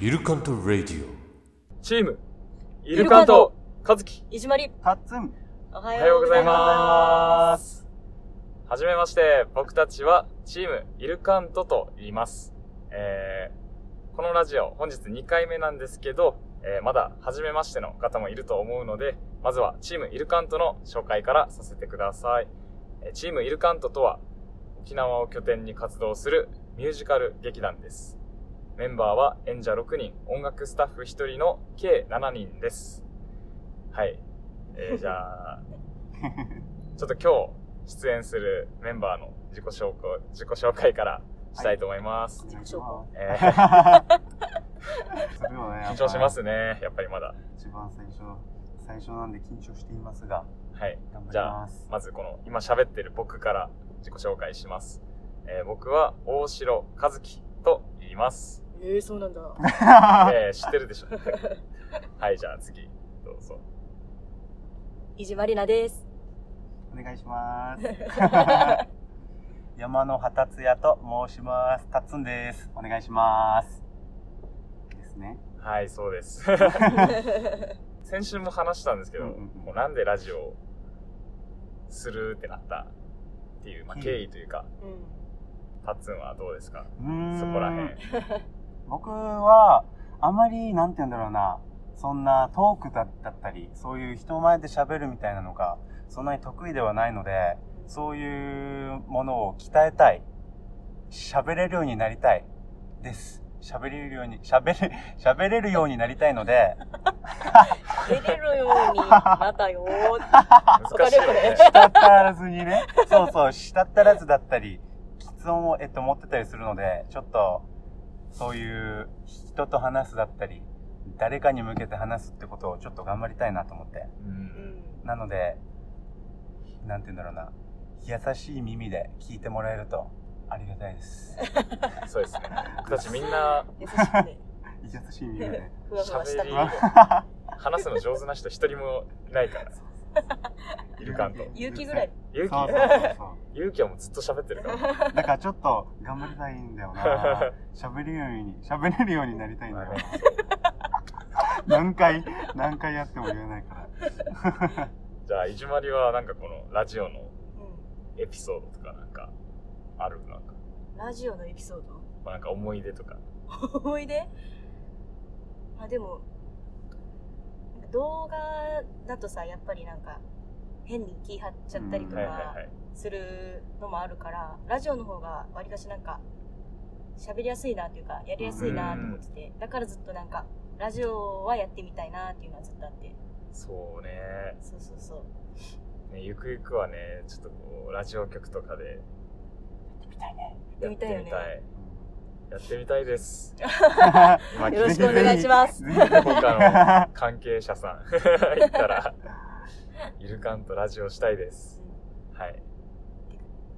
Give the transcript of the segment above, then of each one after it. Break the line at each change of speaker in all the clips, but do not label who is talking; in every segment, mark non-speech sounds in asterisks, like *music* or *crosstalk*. イルカント・ラディ
チーム、イルカント、カズキ、
いじまり、
タッツン。 *laughs*
お
お
は
はようござい
す
ます。はじめまして、僕たちはチーム、イルカントと言います。えー、このラジオ、本日2回目なんですけど、えー、まだ、はじめましての方もいると思うので、まずはチーム、イルカントの紹介からさせてください。えーチーム、イルカントとは、沖縄を拠点に活動するミュージカル劇団です。メンバーは演者6人、音楽スタッフ1人の計7人です。はい。えー、じゃあ、ちょっと今日出演するメンバーの自己紹介自己紹介からしたいと思います。
自己紹
えー
するよね。やっぱ
緊張しま。すね、やっぱりまだ。
一番最初、最初なんで緊張していますが、
はい。
頑張
じ
り
ゃあ
ます、。
まずこの今喋ってる僕から自己紹介します。えー僕は大城和樹と言います。
ええ、そうなんだ。
えー知ってるでしょ *laughs* はい、じゃあ次、どうぞ。
いじまりなです。
お願いします。山の旗つやと申します。タッツンです。お願いします。ですね。
はい、そうです。先週も話したんですけど、
うんうんうん
もうなんでラジオをするってなったっていう、まあ、
うん
経緯というか、
うん。
タッツンはどうですか
うーん
そこら辺。
僕は、あまり、なんて言うんだろうな、そんなトークだったり、そういう人前で喋るみたいなのが、そんなに得意ではないので、そういうものを鍛えたい。喋れるようになりたい。です。喋れるように、喋れ、 *laughs* 喋れるようになりたいので、
出れるようになったよーって。
難しいよ
わかる
ね
よ。
したったらずにね、そうそう、したったらずだったり、喫音を、えっと、持ってたりするので、ちょっと、そういう、人と話すだったり、誰かに向けて話すってことをちょっと頑張りたいなと思って。
う
うんん。
なので、なんて言うんだろうな、優しい耳で聞いてもらえると、ありがたいです。
そうですね。僕たちみんな
優しくね。
優しい
*laughs*
耳で。
ふわふわした
喋り
ね。
話すの上手な人一人もいないから、イルカンと。
勇気ぐらい。
勇
そう
気
そうそうそう。
勇気はもうずっと喋ってるから。
だからちょっと頑張りたいん
*laughs*
だよな。喋れるように、喋れるようになりたいんだよな。何回、何回やっても言えない
*laughs*
から。
じゃあ、いじまりはなんかこのラジオの
う
エピソードとかなんかあるなんか、
ん。ラジオのエピソード
まあ、なんか思い出とか。
思い出あでもなんか動画だとさやっぱりなんか変に気張っちゃったりと
う
は
ん
いはい
か
はい。
するのもあるから、ラジオの方がわりかしなんか喋りやすいなっていうかやりやすいなと思ってて、だからずっとなんかラジオはやってみたいなっていうのはずっとあって
そうね
そうそうそう
ね。ゆくゆくはね、ちょっとこう、ラジオ局とかで
や
や
っ
ってて
み
み
た
た
い
い。
よね
やってみたいです。今
よろしくお願いします
ぜひぜひ
どこか関係者さん *laughs* 行ったら、イルカンとラジオしたいです。はい。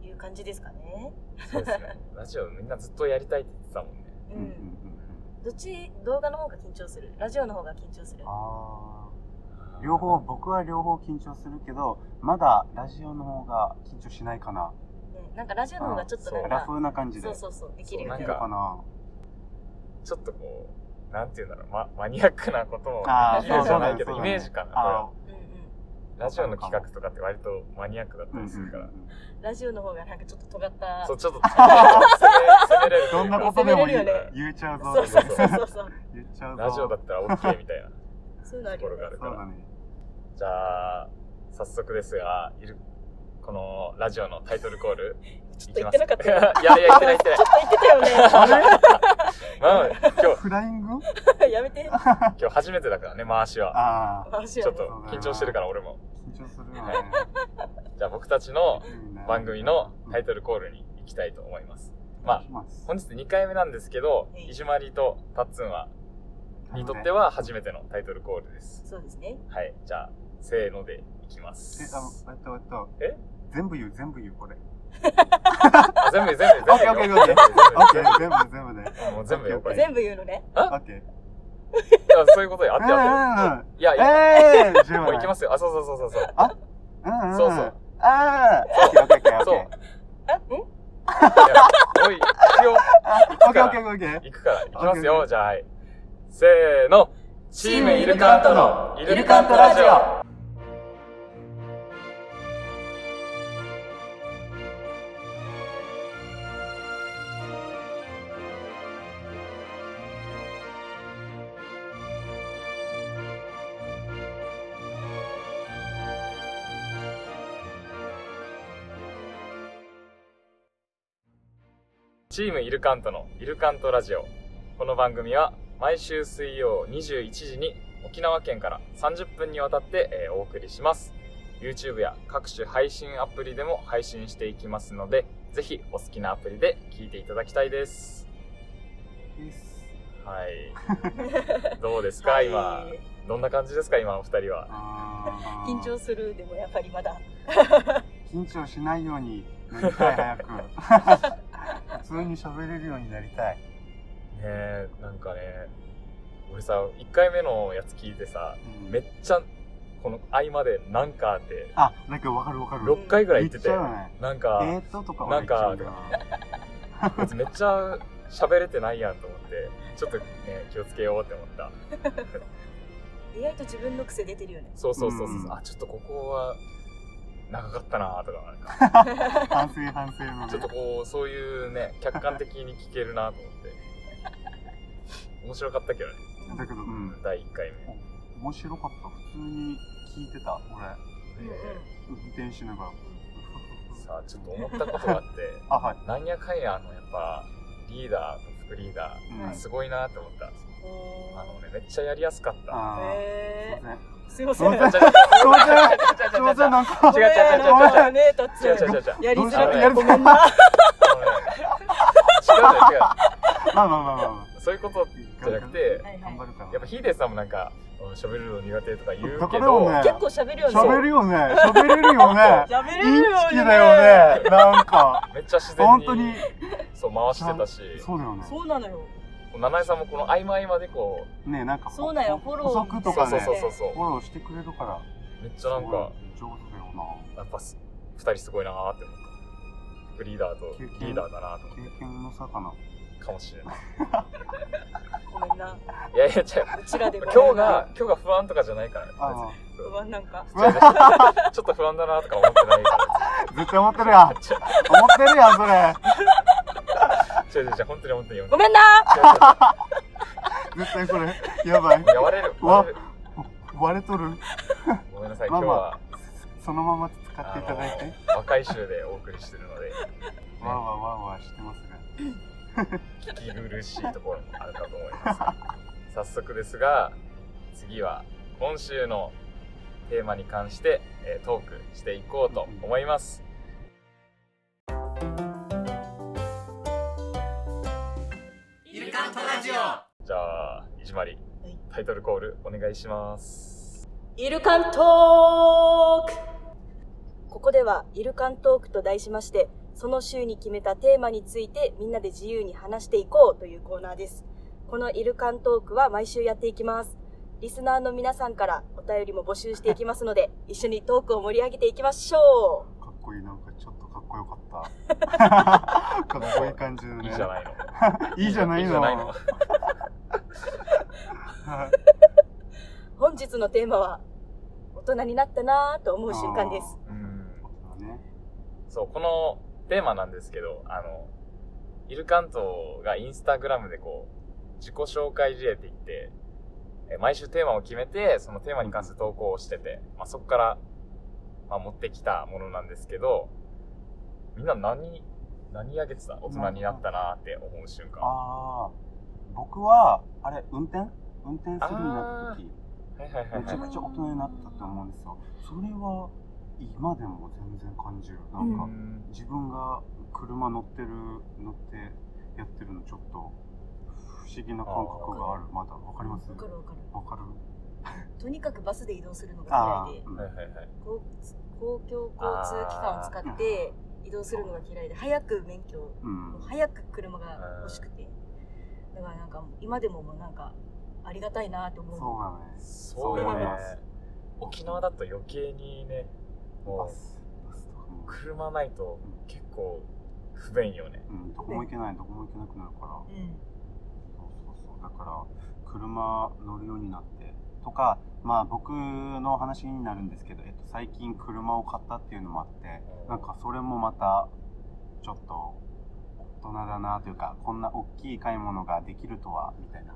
いう感じですかね
そうですね。ラジオみんなずっとやりたいって言ってたもんね。
う、
うんんうんうん
どっち動画の方が緊張するラジオの方が緊張する
あー両方、僕は両方緊張するけど、まだラジオの方が緊張しないかな。
ねなんかラジオの方がちょっとなん
ラ
か
フな感じで。
そうそうそうできる
で
よ
なん
き
ね
るかな。
ちょっとこう、なんて言うんだろう、ま、マニアックなことを
あ
ー
言うじゃないけ
そ
ど、
う
イ
そうだね
メージかな。これ
あ
は
うんうん
ラジオの企画とかって割とマニアックだっ
ー
たりするから。
ラジオの方がなんかちょっと尖った。
そう、ちょっと、攻めれると
*laughs* ど
い
ん
う
な
か
ことでも
*laughs* 攻めれるよね
言えちゃうぞ。
そうそうそうそうそう。
言っちゃうぞ。
ラジオだったら OK みたいな
そういうのあ
と
る
こ
よ
ろがあ
ね。
るか
そう
ら
だ。ね。
じゃあ、早速ですが、いる、このラジオのタイトルコール、
ち
い
ょ
き
っと言っ
ま
て
す
な
か
かったよね。
*laughs* いやいや、言ってない言ってない
ちょ。っと言ってたよ
まあ、今日、
フライング
ね。 *laughs* やめて。
今日初めてだからね、回しは。
ああ、
話
ちょ
を
っ
ね
と。緊張してるから、俺も。
緊張するよね。
じゃあ、僕たちの
いいね
番組のタイトルコールに行きたいと思います。まあ、本日2回目なんですけど
は、い
いじまりとたっつんは、にとっては初めてのタイトルコールです。
そうですね。
はい、じゃあ、せーのでいきま
え、
す。
あの、えっと、えっと、
え
全部言う、全部言う、これ。
あ全部全部全部
OK
全
OK
部
OK オッケー、全部、全部で。
もう全部よ、これ。
全部言うのね。
オッケー。
あそういうことよ。あってあってる。
う
いやい
んうんう
や、
ん。ええー、10
もう行きますよ。あ、そうそうそうそうそう。
うんうん。
そうそう。
ああ、オッケーオッケーオッケー。
そう
オッケ
あ、ん
いやおい、行くよ。
ーあオッケーオ
から
ッケーオッケー。
行くから。行きますよ。じゃあ、はい。せーの、チームイルカントのイルカントラジオチームイルカントのイルカントラジオ。この番組は毎週水曜21時に沖縄県から30分にわたって、えーお送りします。YouTube や各種配信アプリでも配信していきますので、ぜひお好きなアプリで聞いていただきたいです。
です
はい。どうですか、今。どんな感じですか、今お二人は。
あー
緊張するでもやっぱりまだ
緊張しないようになりた
*laughs*
い早く普通に喋れるようになりたい、
ねえ、なんかね、俺さ、1回目のやつ聞いてさ、
うん
めっちゃ、この合間で、なんかって、
あなんかわかるわかる
6回ぐらい言ってて、
言っちゃうよね
なん
え
か、
ーっととか俺言っちゃうんだよ
こいつめっちゃ喋れてないやんと思ってちょっとね気をつけようって思った
意外と自分の癖出てるよね
そうそうそうそう、
うん
あちょっとここは長かったなとかなんか
*laughs* 反省反省のね
ちょっとこうそういうね客観的に聞けるなと思って面白かったけどね
だけどうん
第1回
面白かった普通に聞いてた俺
目、ね
運転しながら
さあちょっと思ったことがあって
あはい、
なんやかんやあのやっぱリーダーと副リーダ
うん
ーすごいなって思ったあの
お
ねめっちゃやりやすかった
あーすい
え
ません
ー、すいませ
すい
ん
ません
ちゃちゃちゃ
すいませんすいま
ち
せ
ゃ
んなんか
違う違う違う
ごめんごめんねタッツ
違う違う違う違う
やりづらく
あの
て
ね
ごめん
*laughs*
な
違う違う違う
まあまあまあまあまあ
そういうことじゃなくて
はいはい
頑張るから
やっぱヒデさんもなんかうん喋るの苦手とか言う
だ
け
から
ど、
よね
結構喋るよね
喋るよね喋れるよね
喋れ
イ
る
ン
よ
チキだよねな
*laughs*
んか
めっちゃ自然
本
に
当に
そう回してたし
そうだよね
そうなのよ
七井さんもこの合間合間でこう
ねなんか
そうだよフォロー
補足と
そう
か
そう
ね
そうそう
フォローしてくれるから
めっちゃなんか
すごい上手だよな
やっぱす二人すごいなーって思った副リーダーと
経験
リーダーだなと思っ
経験の差かな
たかもしれない
ごめんない
やいや違う
うちらでごめんな
今日が今日が不安とかじゃないから別
あ
不安なんか
にそうちょっと不安だなとか思ってないか
あ絶対思ってるやん思ってるやんそれ
ら違う違う違う本当に本当に
ごめんな
違う違う
絶対これやばい
違うやわれる
うわ
割れる
割れとる
ごめんなさい今
まあ
日
まあ
は
そのまま使っていただいて
若い衆でお送りしてる
*laughs*
ので
わーわーわーわーしてますが
聞き苦しいところもあるかと思います。
*laughs*
早速ですが、次は今週のテーマに関して、えートークしていこうと思います。
イルカントラジオ
じゃあ、いじまり
い、
タイトルコールお願いします。
イルカントークここではイルカントークと題しましてその週に決めたテーマについてみんなで自由に話していこうというコーナーですこのイルカントークは毎週やっていきますリスナーの皆さんからお便りも募集していきますので一緒にトークを盛り上げていきましょ
かっこいいなんかちょっとかっこよかった
*laughs*
かっこいい感じ
い
のね
いじゃないの。
いいじゃないの
いいじゃないの。
はいう
本日のテーマは大人になったなぁと思う瞬間です
うん
そうだね
そう、このテーマなんですけど、あの、イルカントがインスタグラムでこう、自己紹介事例って言って、え毎週テーマを決めて、そのテーマに関する投稿をしてて、まあ、そこから、まあ、持ってきたものなんですけど、みんな何、何あげてた大人になったなーって思う瞬間。は
ああ僕はあれ運転運転するようになった時
いはいはい
めちゃ
は
く
い。
ちゃ大人になったと思うんですよそれは今でも全然感じるな
うん
か、
ん
自分が車乗ってる乗ってやってるのちょっと不思議な感覚があるまだわかりますわ
わ
か
かるわかる
る
とにかくバスで移動するのが
あ
嫌いで
ー、うん
はいはいはい。
公公共交通機関を使って移動するのが嫌いで早く免許を
うん
もう早く車が欲しくてだからなんか今でももうなんかありがたいなと思う
そうだね
そう
そう
よ
思い
ね
ます。
沖縄だと余計にね、
バ
もう、
スバスとかも、
車ないと結構不便よね。
うん、どこも行けないどこも行けなくなるから
うん
そうそうそうだから車乗るようになってとか、まあ僕の話になるんですけど、えっと、最近車を買ったっていうのもあって、なんかそれもまた、ちょっと、大人だなというか、こんな大きい買い物ができるとは、みたいな。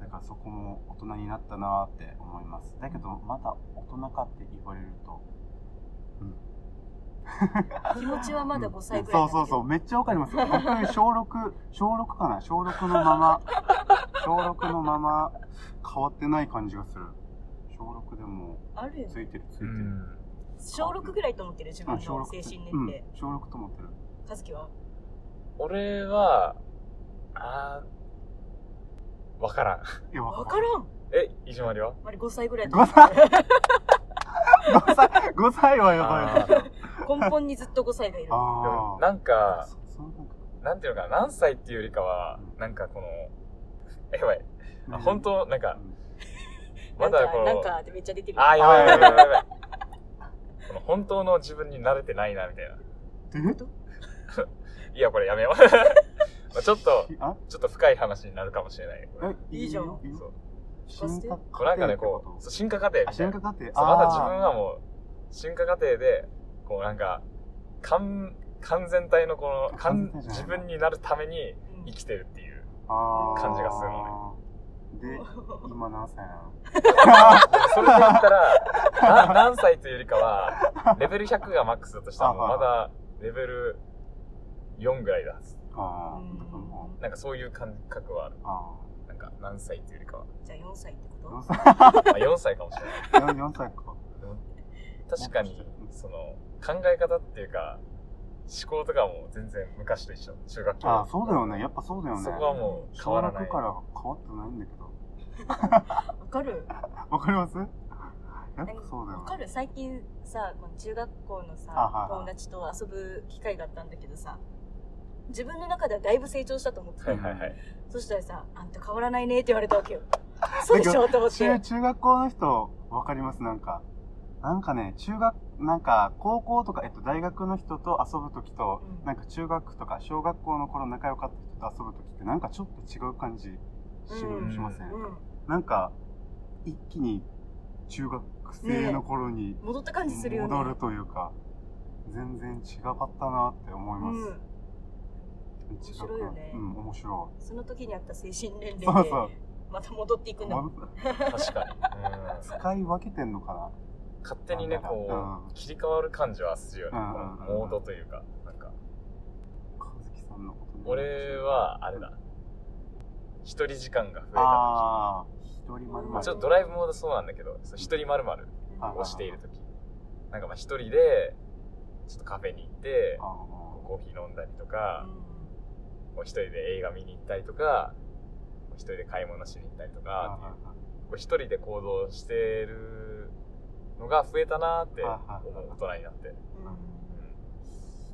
だからそこも大人になったなって思います。だけど、まだ大人かって言われると、うん。
気持ちはまだ5歳ぐらいだ
そう
けど
そうそう、めっちゃわか
*laughs*
ります。僕、小6、小6かな小6のまま、小6のまま変わってない感じがする。小6でも、
あるよね
ついてる、ついて
う
る。うん、
ん。
小6ぐらいと思ってる自分の精
小6
神年
うん
齢、
小6と思ってる。
和樹は
俺は、あー、わからん。 *laughs*
え、
分からん
え、いじまりは
あれ5歳ぐらいだと思
5
って
歳5歳 !5 歳はやばい
あ
な。
ー
*laughs* 根本にずっと5歳がいる
で
あ
も
ー
なんか、
そそんな感
なんていうのかな、何歳っていうよりかは、なんかこの、やばい。あ
じ
本当なんか
う、ん
ま
なんか
だこの、
なんかってめっちゃ出てる
あー、やばい
あー
やばいやばいやばい。この本当の自分に慣れてないな、みたいな。
え
いや、これやめよう。 *laughs* まあちょっと、
あ
ちょっと深い話になるかもしれない。これ
え
いいじゃん
よよ
そう
進化
こうなんかね、こう、そう進化過程み
あ、
たい
進
な。
化過程
そうまだ
あー
自分はもう、進化過程で、こうなんか、完、完全体のこの、
完
完
全体じゃない
自分になるために
うん
生きてるっていう。
あー
感じがする
で、今何歳なの
それで言った
*laughs*
ら、な何歳というよりかは、レベル100がマックスだとしたら、
あ
まだレベル4ぐらいだはず。
あ
うん
ーだからもう
なんかそういう感覚はある。
あ
なんか何歳というよりかは。
じゃあ4歳って
ー
こ
4歳
まあ、4歳かもしれ
*laughs*
ない。
4 4歳か。
確かに、その、考え方っていうか、思考とかも全然昔と一緒。中学校。
あーそうだよね。やっぱそうだよね。
そこはもう変わらない
小。学から変わってないんだけ
と
ど。
わかる
わかります *laughs* やっ
な
ぱ
んか
そうだよ
わか
ね。
る最近さこの中学校の
あはいは
さ
い
友達と遊ぶ機会があったんだけどさ自分の中ではだいぶ成長したと思って
は
た
いはいはい。
そしたらさ「あんた変わらないね」って言われたわけよ
*laughs*
そうでしょと思って
中、中学校の人、わかりますなんか。なんかね、中学、なんか、高校とか、えっと、大学の人と遊ぶときと、
うん
なんか中学とか、小学校の頃仲良かった人と遊ぶときって、なんかちょっと違う感じし,、
うん
しません、
うん、
なんか、一気に中学生の頃に
戻った感じするよね
戻るというか、全然違かったなって思います。
うん、面白いよね
うん、面白
その時にあった精神年
い。そう
齢で
そう。
また戻っていくんだもん
確かに。うん
使い分けてんのか
勝手にね、
なんだ
こ
う
う、切り替わる感じはするよね。
うんうんうん
こうモードというか、なんか。
な和樹さんのこと
俺は、あれだ。一人時間が増えた時。
ああ一人まるま
まあ、
る
ちょっとドライブモードそうなんだけど、そう一人まるまる
あ
をしている時。なんかまあ一人で、ちょっとカフェに行って、
あ
コーヒー飲んだりと
う
か、
ん
こう一人で映画見に行ったりとか、こう一人で買い物しに行ったりと
あ
か、
あ
こう一人で行動してるのが増えたなーって
はいはい
思う大人になって。
うん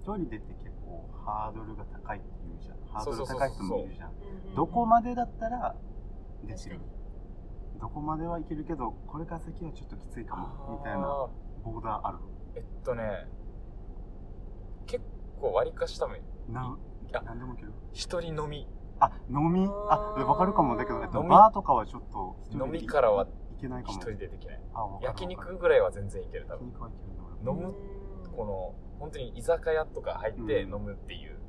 一人でって結構ハードルが高いって言うじゃんハー
そ
ド
う
ル
そうそうそう
高い人もいるじゃん
うん
どこまでだったらでき
確か
る
に
どこまではいけるけどこれから先はちょっときついかもみたいな
あー
ボーダーある
えっとね、結構割りかし多分、
なん
いや
なんでもいける
一人飲み、
あ飲みあ
あー
わかるかもだけどえっと
飲み
バーとかはちょっと一人で
飲みからはい
けないか
一
も
人でできない。
あわかるわ
焼
かる
肉ぐらいは全然いける、多
焼
分。
肉はいけるな
飲
俺
む、
うん
この、本当に居酒屋とか入って
うん
飲むっていう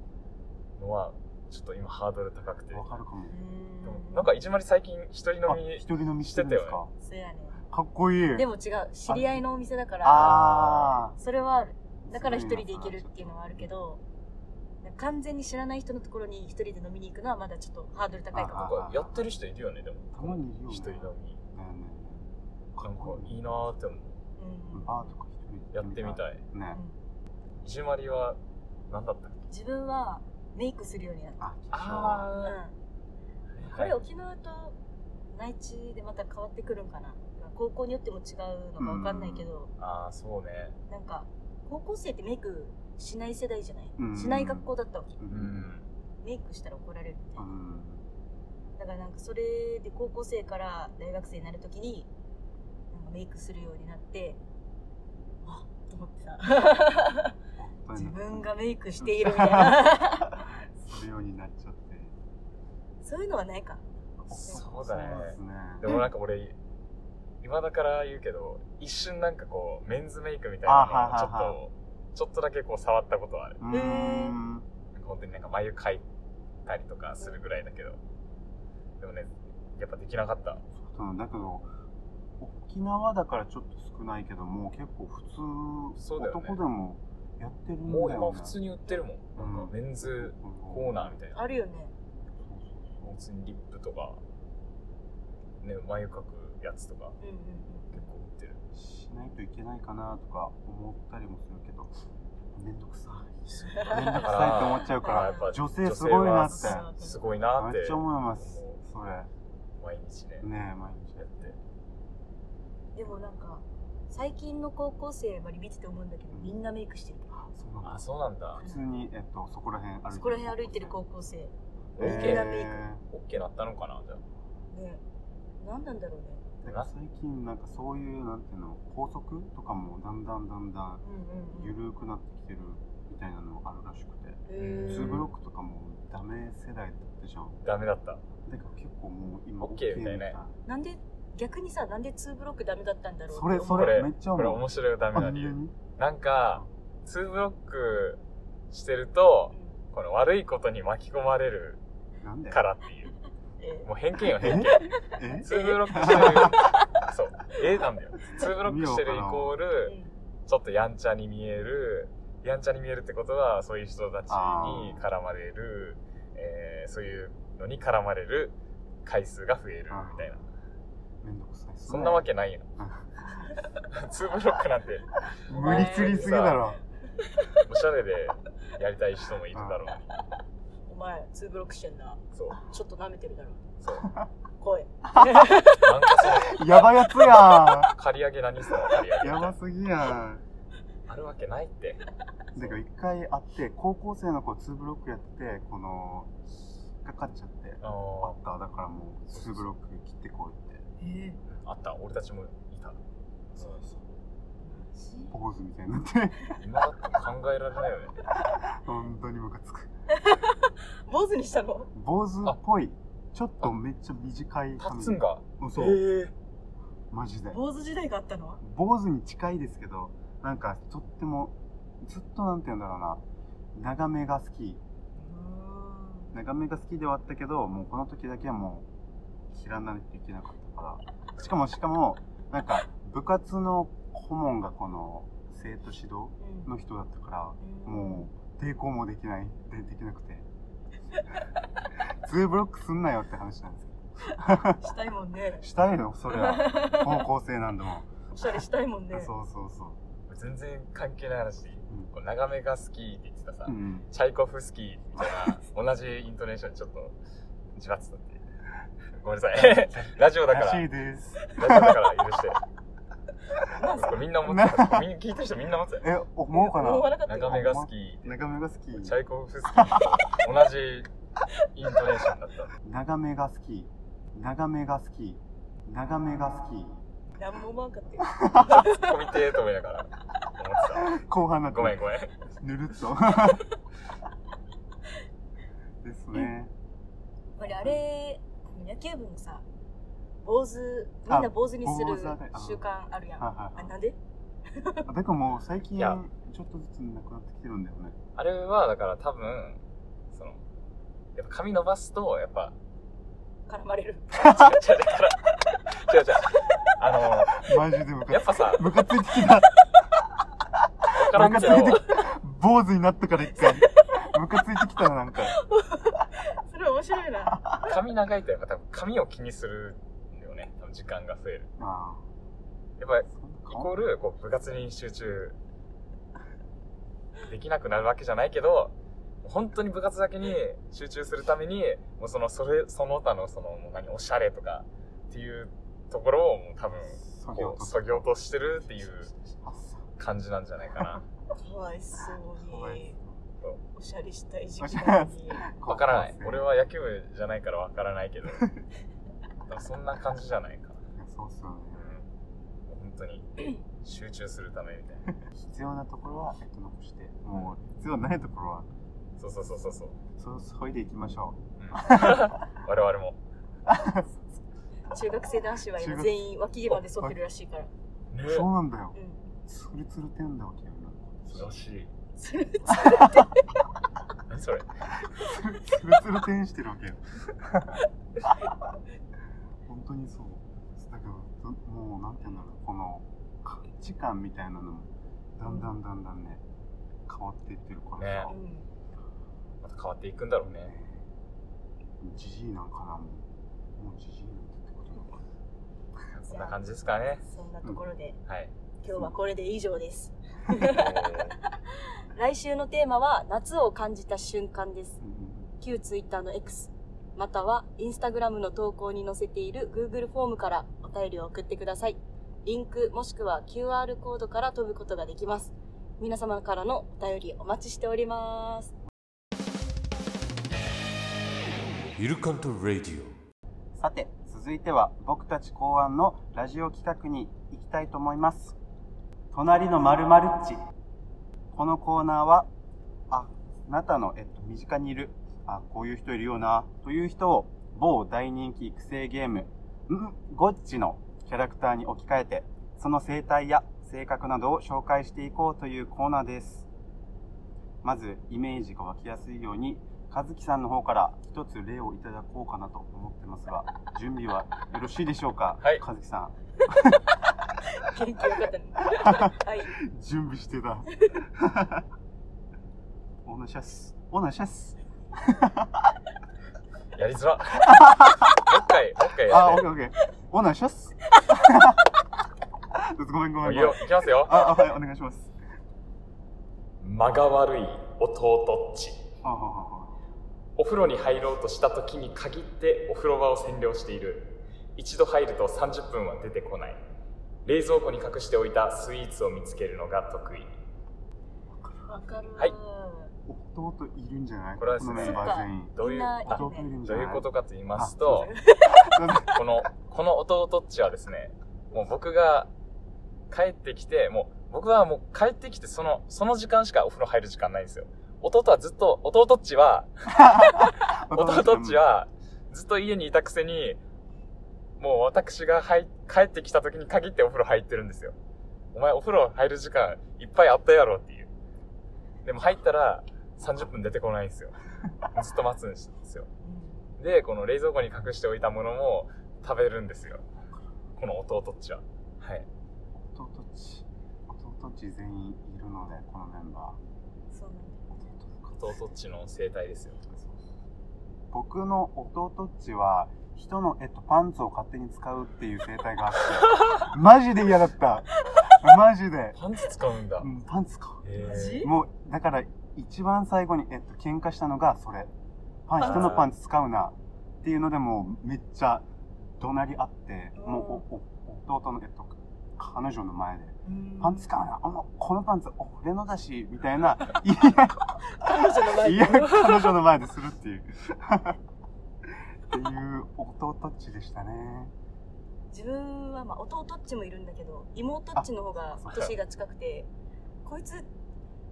のは、ちょっと今ハードル高くて。で
わか
も
るかも。
うん
なんか、いじまり最近一人飲
あ、
み
一、人飲みしてるんですか
そうやね
かっこいい。
でも違う知り合いのお店だから
あ
それは
ー。
だから一人で行けるっていうのはあるけど完全に知らない人のところに一人で飲みに行くのはまだちょっとハードル高い
あ
な
あ
ん
か
かやってる人いるよね、でも。
たまにいるよね
一人飲み。
だよね。
なんかいいなーって思う。
も、うん
バーとか一人で
やってみたい。
い。ね。
う
いじまりは、何だったっけ
ん自分はメイクするようになっ
あ、
た、
あ
うん
ー
これ沖縄と内地でまた変わってくるんかな高校によっても違うのか分かんないけど、
あー、そうね。
なんか高校生ってメイクしない世代じゃない、
うん
しない学校だったわけ
う。
うんん。
メイクしたら怒られるみた
う
いな、
ん。
だからなんかそれで高校生から大学生になるときになんかメイクするようになってあっと思ってさ自分がメイク
*laughs*
しているみたいな
するようになっちゃって。
そういうのはないか
そうだね
そうですね。
でもなんか俺、今だから言うけど、一瞬なんかこう、メンズメイクみたい
あ
な
はい
のをちょ
はい
っ
はい
と、ちょっとだけこう触ったことはある。
うーん。
なんか本当になんか眉描いたりとかするぐらいだけど。でもね、やっぱできなかった。
そうだけど、沖縄だからちょっと少ないけども、結構普通、
そうだよね
男でもやってるんだ
も
よ
う
ね。
今普通に売ってるもん。なんかメンズコーナーみたいな。
あるよね。
普通にリップとか、ね、眉描くやつとか、
うんうん
結構売ってる。
しないといけないかなとか思ったりもするけど、めんどくさい。めんどくさいって思っちゃうか
まあ
ら
や、っぱ
女性すごいなって
女性はすごいなっ
めってちゃ、思います。それ。
毎日ね、
ねえ、毎日
やって。
うん。でもなんか、最近の高校生はリビってて思うんだけど、みんなメイクしてる。
そうなんだ
あ、そうなんだ。
普通に、えっと、そこら辺歩いてる。
そこら辺歩いてる高校生。ね。
オッケ
え
ー
ーメイク
オッケーなったのかなじゃあ。
何なんだろうね。
だから最近なんかそういうなんていうの校則とかもだんだんだんだん
うんうんうん。
緩くなってきてるみたいなのもあるらしくて
へー
ツーブロックとかもダメ世代だったじゃん
ダメだった。
だから結構もう今
オッケーみたいね
なんで、逆にさ、なんで2ブロックダメだったんだろう
それそ
これ、
れめっちゃ
これ
思う
面白いダメな
あ
理由。
何
なんか、ツーブロックしてると、この悪いことに巻き込まれる
なんで
からっていう。
え
もう偏見よ、 *laughs* 偏見。
え
ツーブロックしてる。そう。えなんだよ。ツーブロックしてるイコー
う
ル、
ん
ちょっとやんちゃに見える。やんちゃに見えるってことは、そういう人たちに絡まれる、えーそういうのに絡まれる回数が増えるみたいな。
めんどくさいっすね
そんなわけないよ。 *laughs* ツーブロックなんて、
無理すりすぎだろ
おしゃれでやりたい人もいるだろうに。
お前、2ブロックしてんな。
そう。
ちょっと舐めてるだろ。
そう。
*laughs* 声。
なんかそ
やばいやつや
の、刈り上げ何その刈り上
ん
げ。
やばすぎやん
あるわけないって。
だから一回会って高校生の子ツーブロックやっててこの引っかかっちゃって
あ
あっ
の
ただからもうツーブロック切ってこいって
え
あった。俺たちもいた。そうそう。
ポーズみたいになって *laughs*
今だって考えられないよね。
本当にムカつく
坊主にしたの
坊主っぽいちょっとめっちゃ短い髪
立つんが。
うん
え
そうマジで
坊主時代があったの
坊主に近いですけどなんかとってもずっとなんて言うんだろうな長めが好き長めが好きではあったけどもうこの時だけはもう切らないといけなかったからしかもしかもなんか部活の顧問がこの生徒指導の人だったからもう抵抗もできないでできなくて *laughs* ツーブロックすんなよって話なんですけ
うん。したいもんね
ど。したいのそれは高校生なん
*laughs*
だもん、
おしゃれしたいもんね。
そうそうそ
全然関係ない話でいい。
う
こう長めが好きって言ってたさ
う、ん、
チャイコフスキーみたいな、同じイントネーションちょっと、じわっつったって。ごめんなさい。 *laughs* ラジオだからら。
しいです
大丈夫だから許して。これみんな思ってた。みんな聞いてる人みんな思
*laughs*
って
え思うか
思わな
な
かった
長め
よ。
が好き。
長めが好き
チャイコフスキーと同じイントネーションだった。
長めが好き長めが好き長めが好
何も思わなかったよ。
ツッコミてーと思いながら思って
き *laughs* 後半にな
た。
って
ごめんごめん。
ぬるっと *laughs* ですね
これあれ、野球部のさ、坊主、みんな坊主にする
あ坊主だねあ
習慣あるやん。あ、
はいはいはい
なんで
あだからもう最近
い
ちょ
や
っとずつなくなってきてるんだよね
あれはだから多分、その、やっぱ髪伸ばすと、やっぱ、
絡まれる。
違う違う違う違う違う。あ
マジでム
の、や
カ
っ
つ
ぱさ、
ムカついてきた
わからんけど、
ムカついてき坊主になったから一 *laughs* 回ムカついてきたななんか
*laughs* それ面白いな。
髪長いとやっぱ多分髪を気にするんだよね。多分時間が増える。
あ
やっぱ
あそんな
イ
顔
コールこう部活に集中できなくなるわけじゃないけど本当に部活だけに集中するためにもうそのそれその他のそのもう何おしゃれとかっていうところをもう多分
そぎ
こ
落
う
とす
そぎ落としてるっていう
あそう
感じなんじゃないかな
かわいそう
怖い
に
っ。
おしゃれしたい時期なのに。
わからない
怖っすね
俺は野球部じゃないからわからない
*laughs*
けど多分そんな感じじゃないかな、
いやそうっすよね
うん、本当に集中するためみたいな
必要なところはえっと残してもう必要ないところは
そうそうそうそうそう、
*laughs* そそいでいきましょ
うん我々も
う
中学生男子は今全員脇毛まで剃ってるらしいから。
ね
そうなんだよ
う。ん。
ツルツルてんだわけよな。
らしい。
それ
何それ。
ツルツルてんしてるわけよ。本当にそう。だけど、どもう、なんて言うんだろう、この、価値観みたいなのも、だんだんだんだんね、変わっていってるからさ
う、ん。
また変わっていくんだろうね。
じじいなんかな、もう。もうじじいなんてってことなのか
そんな感じですかね。
そんなところで、
はい。
今日はこれで以上です。
えー
来週のテーマは、夏を感じた瞬間です。
な。うんうん
旧 Twitter の X、または Instagram の投稿に載せている Google フォームからお便りを送ってください。リンクもしくは QR コードから飛ぶことができます。皆様からのお便りお待ちしております。
イルカントラディ
さて、続いては僕たち考案のラジオ企画に行きたいと思います。隣のまるまるっち。このコーナーは、あ、あなたの、えっと、身近にいる、あ、こういう人いるよな、という人を、某大人気育成ゲーム、んゴッチのキャラクターに置き換えて、その生態や性格などを紹介していこうというコーナーです。まず、イメージが湧きやすいように、和樹さんの方から一つ例をいただこうかなと思ってま
*laughs*
すが、準備はよろしいでしょうか、
はい
和樹さん。
元気よかった
*laughs*
ね。はい。
準備してた。 *laughs* オーナーシャス。オーナーシャス。
やりづら。もう一回、もう一回
あ、
や
オ
って
ッケーオッケー。オーナーシャス。 *laughs* ごめんご。
もう
め
んいい
ごめん
よ。。いきますよ。
あ、あはい、お願いします。
間が悪い弟っち。
はあはあは
お風呂に入ろうとした時に限ってお風呂場を占領している一度入ると30分は出てこない冷蔵庫に隠しておいたスイーツを見つけるのが得意
わかる。
はい
あ弟いるんじゃない
これはですね
のメンバー全員。
どう
み
い
ん
う
な
あ
弟いるんじ
ど
ゃ
う
ない
いうことかと言いますと *laughs*
あ
このこの弟っちはですねもう僕が帰ってきてもう僕はもう帰ってきてそのその時間しかお風呂入る時間ないんですよ弟はずっと弟っちは弟っち。はずっと家にいたくせにもう私が入帰ってきた時に限ってお風呂入ってるんですよお前お風呂入る時間いっぱいあったやろっていうでも入ったら30分出てこないんですよずっと待つんですよでこの冷蔵庫に隠しておいたものも食べるんですよこの弟っちははい
弟っち。弟っち全員いるので、このメンバー。
そうなんだ
弟っちの生態ですよ
僕の弟っちは人の、えっと、パンツを勝手に使うっていう生態があって、マジで嫌だった。マジで。
パンツ使うんだ
うん、パンツか。
へ
マジ
もう、だから、一番最後に、えっと、喧嘩したのが、それ。パン、
パンツ
人のパンツ使うな。っていうので、もう、めっちゃ、怒鳴り合って、
うん
もう、お、お、弟の、えっと、彼女の前で、
うん
パンツ使うな。お前このパンツ、俺のだし、みた
*laughs*
いな、い
彼女の前
い
で
や、彼女の前でするっていう。っていう弟っちでしたね。
自分はまあ弟っちもいるんだけど妹っちの方が年が近くてこいつ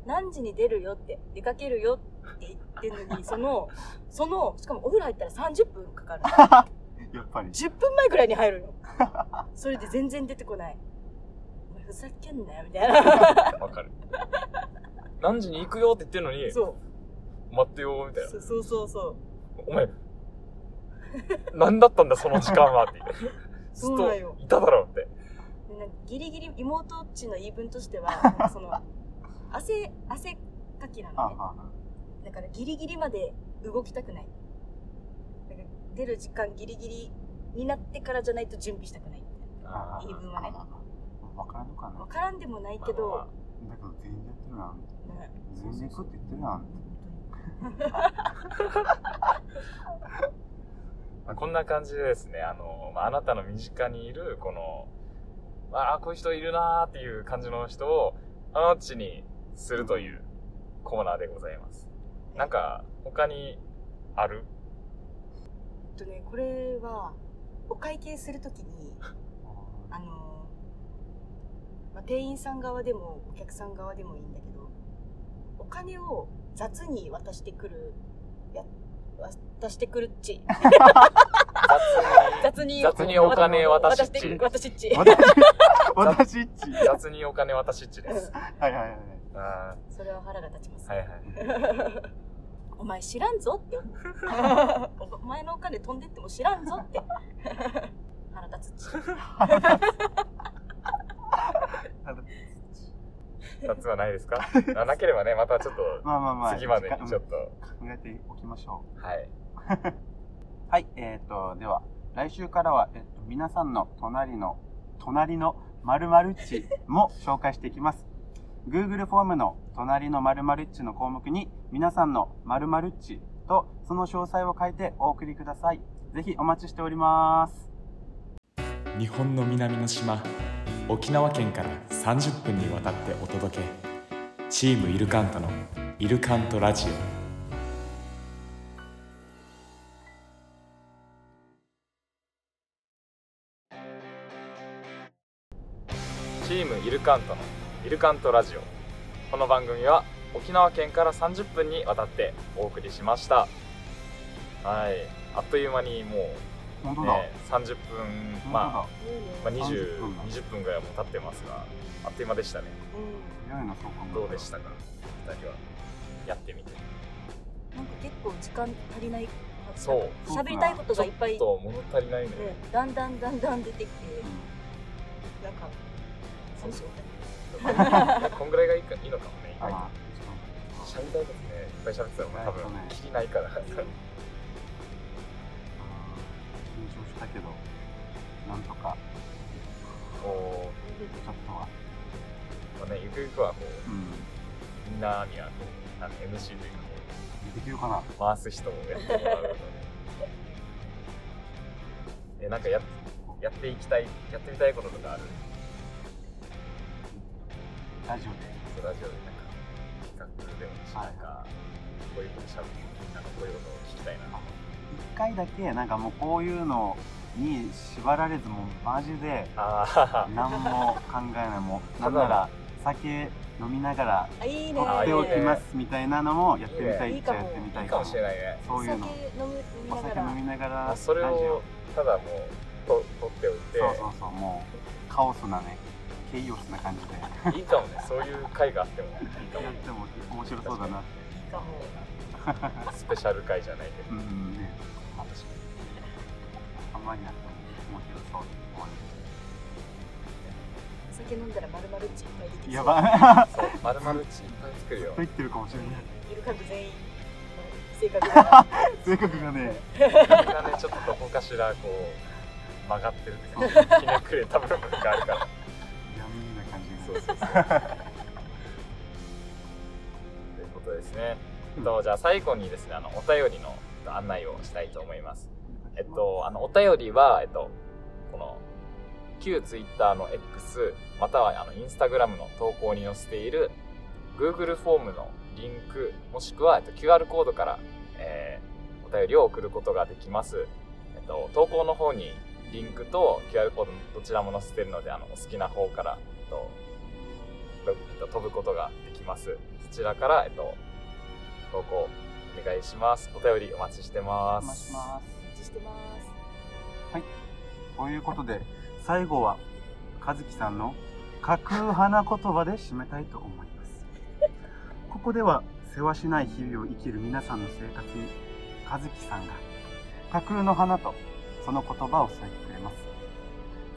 何時に出るよって出かけるよって言ってるのに *laughs* そのそのしかもお風呂入ったら30分かかる
やっぱり。
10分前くらいに入る *laughs* のそれで全然出てこないお前ふざけんなよみたいな
わかる何時に行くよって言ってるのに
そう
待ってよみたいな
そうそうそうそう
お前、何だったんだその時間はって。ずっ
*laughs* そう
と
だよ
いただろうって。
でなんかギリギリ妹っちの言い分としてはなん *laughs* かその汗汗かきな
あ
のね
あ
だからギリギリまで動きたくない。だから出る時間ギリギリになってからじゃないと準備したくない。
ああ
言い分はね
わからんのかな。
わ
だ
からんでもないけ
まあ
ど、
けど全員やってるやん。
ね
全員行くって言ってるやん。
まあこんな感じでですね、あの、まあ、あなたの身近にいる、この、ああ、こういう人いるなーっていう感じの人を、あのっちにするというコーナーでございます。なんか、他にある
えっとね、これは、お会計するとき
*laughs*
に、あのーまあ、店員さん側でもお客さん側でもいいんだけどお金を雑に渡してくるやわ渡してくるっ
*laughs*
ち。
雑
雑に。
雑にお金渡しっち
渡渡し
*laughs*
っち。
私、私っち。 *laughs*
に、雑にお金渡しっちです。
はいはいはい。
うんは
それは腹が立ちます。
いはい。
お前知らんぞって。お前のお金飛んでっても知らんぞって。腹立つっち。
雑はないですかあなければね、またちょっと、
まあまあ *laughs* まあ。
次までにちょっ
考
と、
えておきましょう。
はい。
はい、えっ、と、では、来週からは、えっ、と、皆さんの隣の、隣の〇〇っちも紹介していきます。Google フォームの隣の〇〇っちの項目に、皆さんの〇〇っちと、その詳細を書いてお送りください。ぜひお待ちしております。
日本の南の島沖縄県から30分にわたってお届けチームイルカントの「イルカントラジオ」
チームイルカントのイルカントラジオこの番組は沖縄県から30分にわたってお送りしましたはいあっという間にも
本
う、
当だ。
ね、30分
本当だ。
まあ、まあ、
30
20,
分だ
20分ぐらいはもう経ってますがあっという間でしたね
強いな、そうか。
どうでしたか2人はやってみて
なんか結構時間足りない。
そう
喋りたいこと
ち
が
ょ
いっぱい
っ、と物足り
*laughs*
ないね
うんだんだんだんだん出てきて、
う
なんか、そうしよ
こんぐらいがいいかいいのかもね意
んあ
外と喋りた
まあ
いことねいっぱい喋ってたら多分
そうね
きりないから
う。
緊張したけど、なんとか、
こ
ちょっとは。
う、まあね、ゆくゆくはこう
うん。
みんなにはこうあの MC というか
できるかな
こう回す人をやってもらうのでえなんかやっやっていきたいやってみたいこととかある
ラジオで。
そうラジオでなんか企画でもいいし
はい
なんかこういうことしゃべなんかこういうことを聞きたいなとか
一回だけなんかもうこういうのに縛られずもうマジで
あ
何も考えないもうなんなら酒飲みながら
あ、いいね。
撮っておきますみたいなのもやってみたいっちゃやってみ
あ
た
い
い
いかもしれないね
そういう
お
の
酒飲み飲み
お
なが
酒
ら。
飲みなが
まあ
ら
それ
ラジオ
をただもうと取っておいて
そうそうそうもうカオスなねケイオスな感じでや
いいかもねそういう会があってもいいかも
っても面白そうだなって
いいかも。
スペシャル会じゃないけど
うんね
楽しみ
あんまりやっても面白そうで終わ
お酒飲んだら丸々っちいっぱい出てき
り
そう
やば *laughs*
そう丸々チーム作るよ
と言ってるかもしれない
イルカント全員の性格が
性格がね
みんなねちょっとどこかしらこう曲がってるというかひねくれた部分があるから
闇な感
*laughs* そ
じが
うそうそうということですねえっとじゃあ最後にですねあのお便りのえっと案内をしたいと思いますえっとあのお便りはえっとこの旧 Twitter の X またはあの Instagram の投稿に載せている Google フォームのリンクもしくは、えっと、QR コードから、えーお便りを送ることができます、えっと、投稿の方にリンクと QR コードのどちらも載せてるのであのお好きな方から、えっとろえっと飛ぶことができますそちらから、えっと、投稿お願いしますお便りお待ちしてま
お待ち
す
しま
一
す
致して *laughs* ます。
ということで最後は和樹さんの架空花言葉で締めたいと思いますここでは世話しない日々を生きる皆さんの生活に和樹さんが架空の花とその言葉を添えてくれます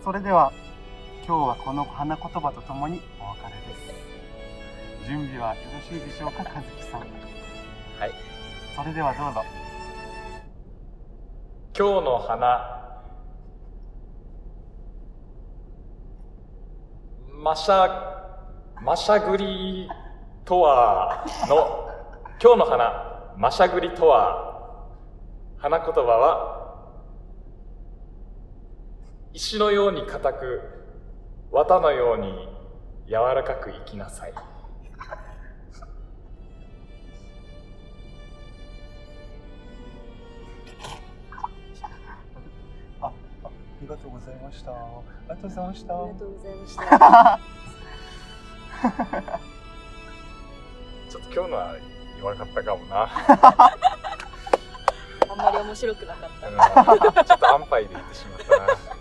それでは今日はこの花言葉とともにお別れです準備はよろしいでしょうか和樹さん
はい
それではどうぞ
今日の花マシャマシャグリとはの今日の花マシャグリとは花言葉は石のように硬く綿のように柔らかく生きなさい
ありがとうございましたありがとうございました
ありがとうございました。
ちょっと今日のは柔らかかったかもな
あんまり面白くなかった
あのちょっと安牌で言ってしまったな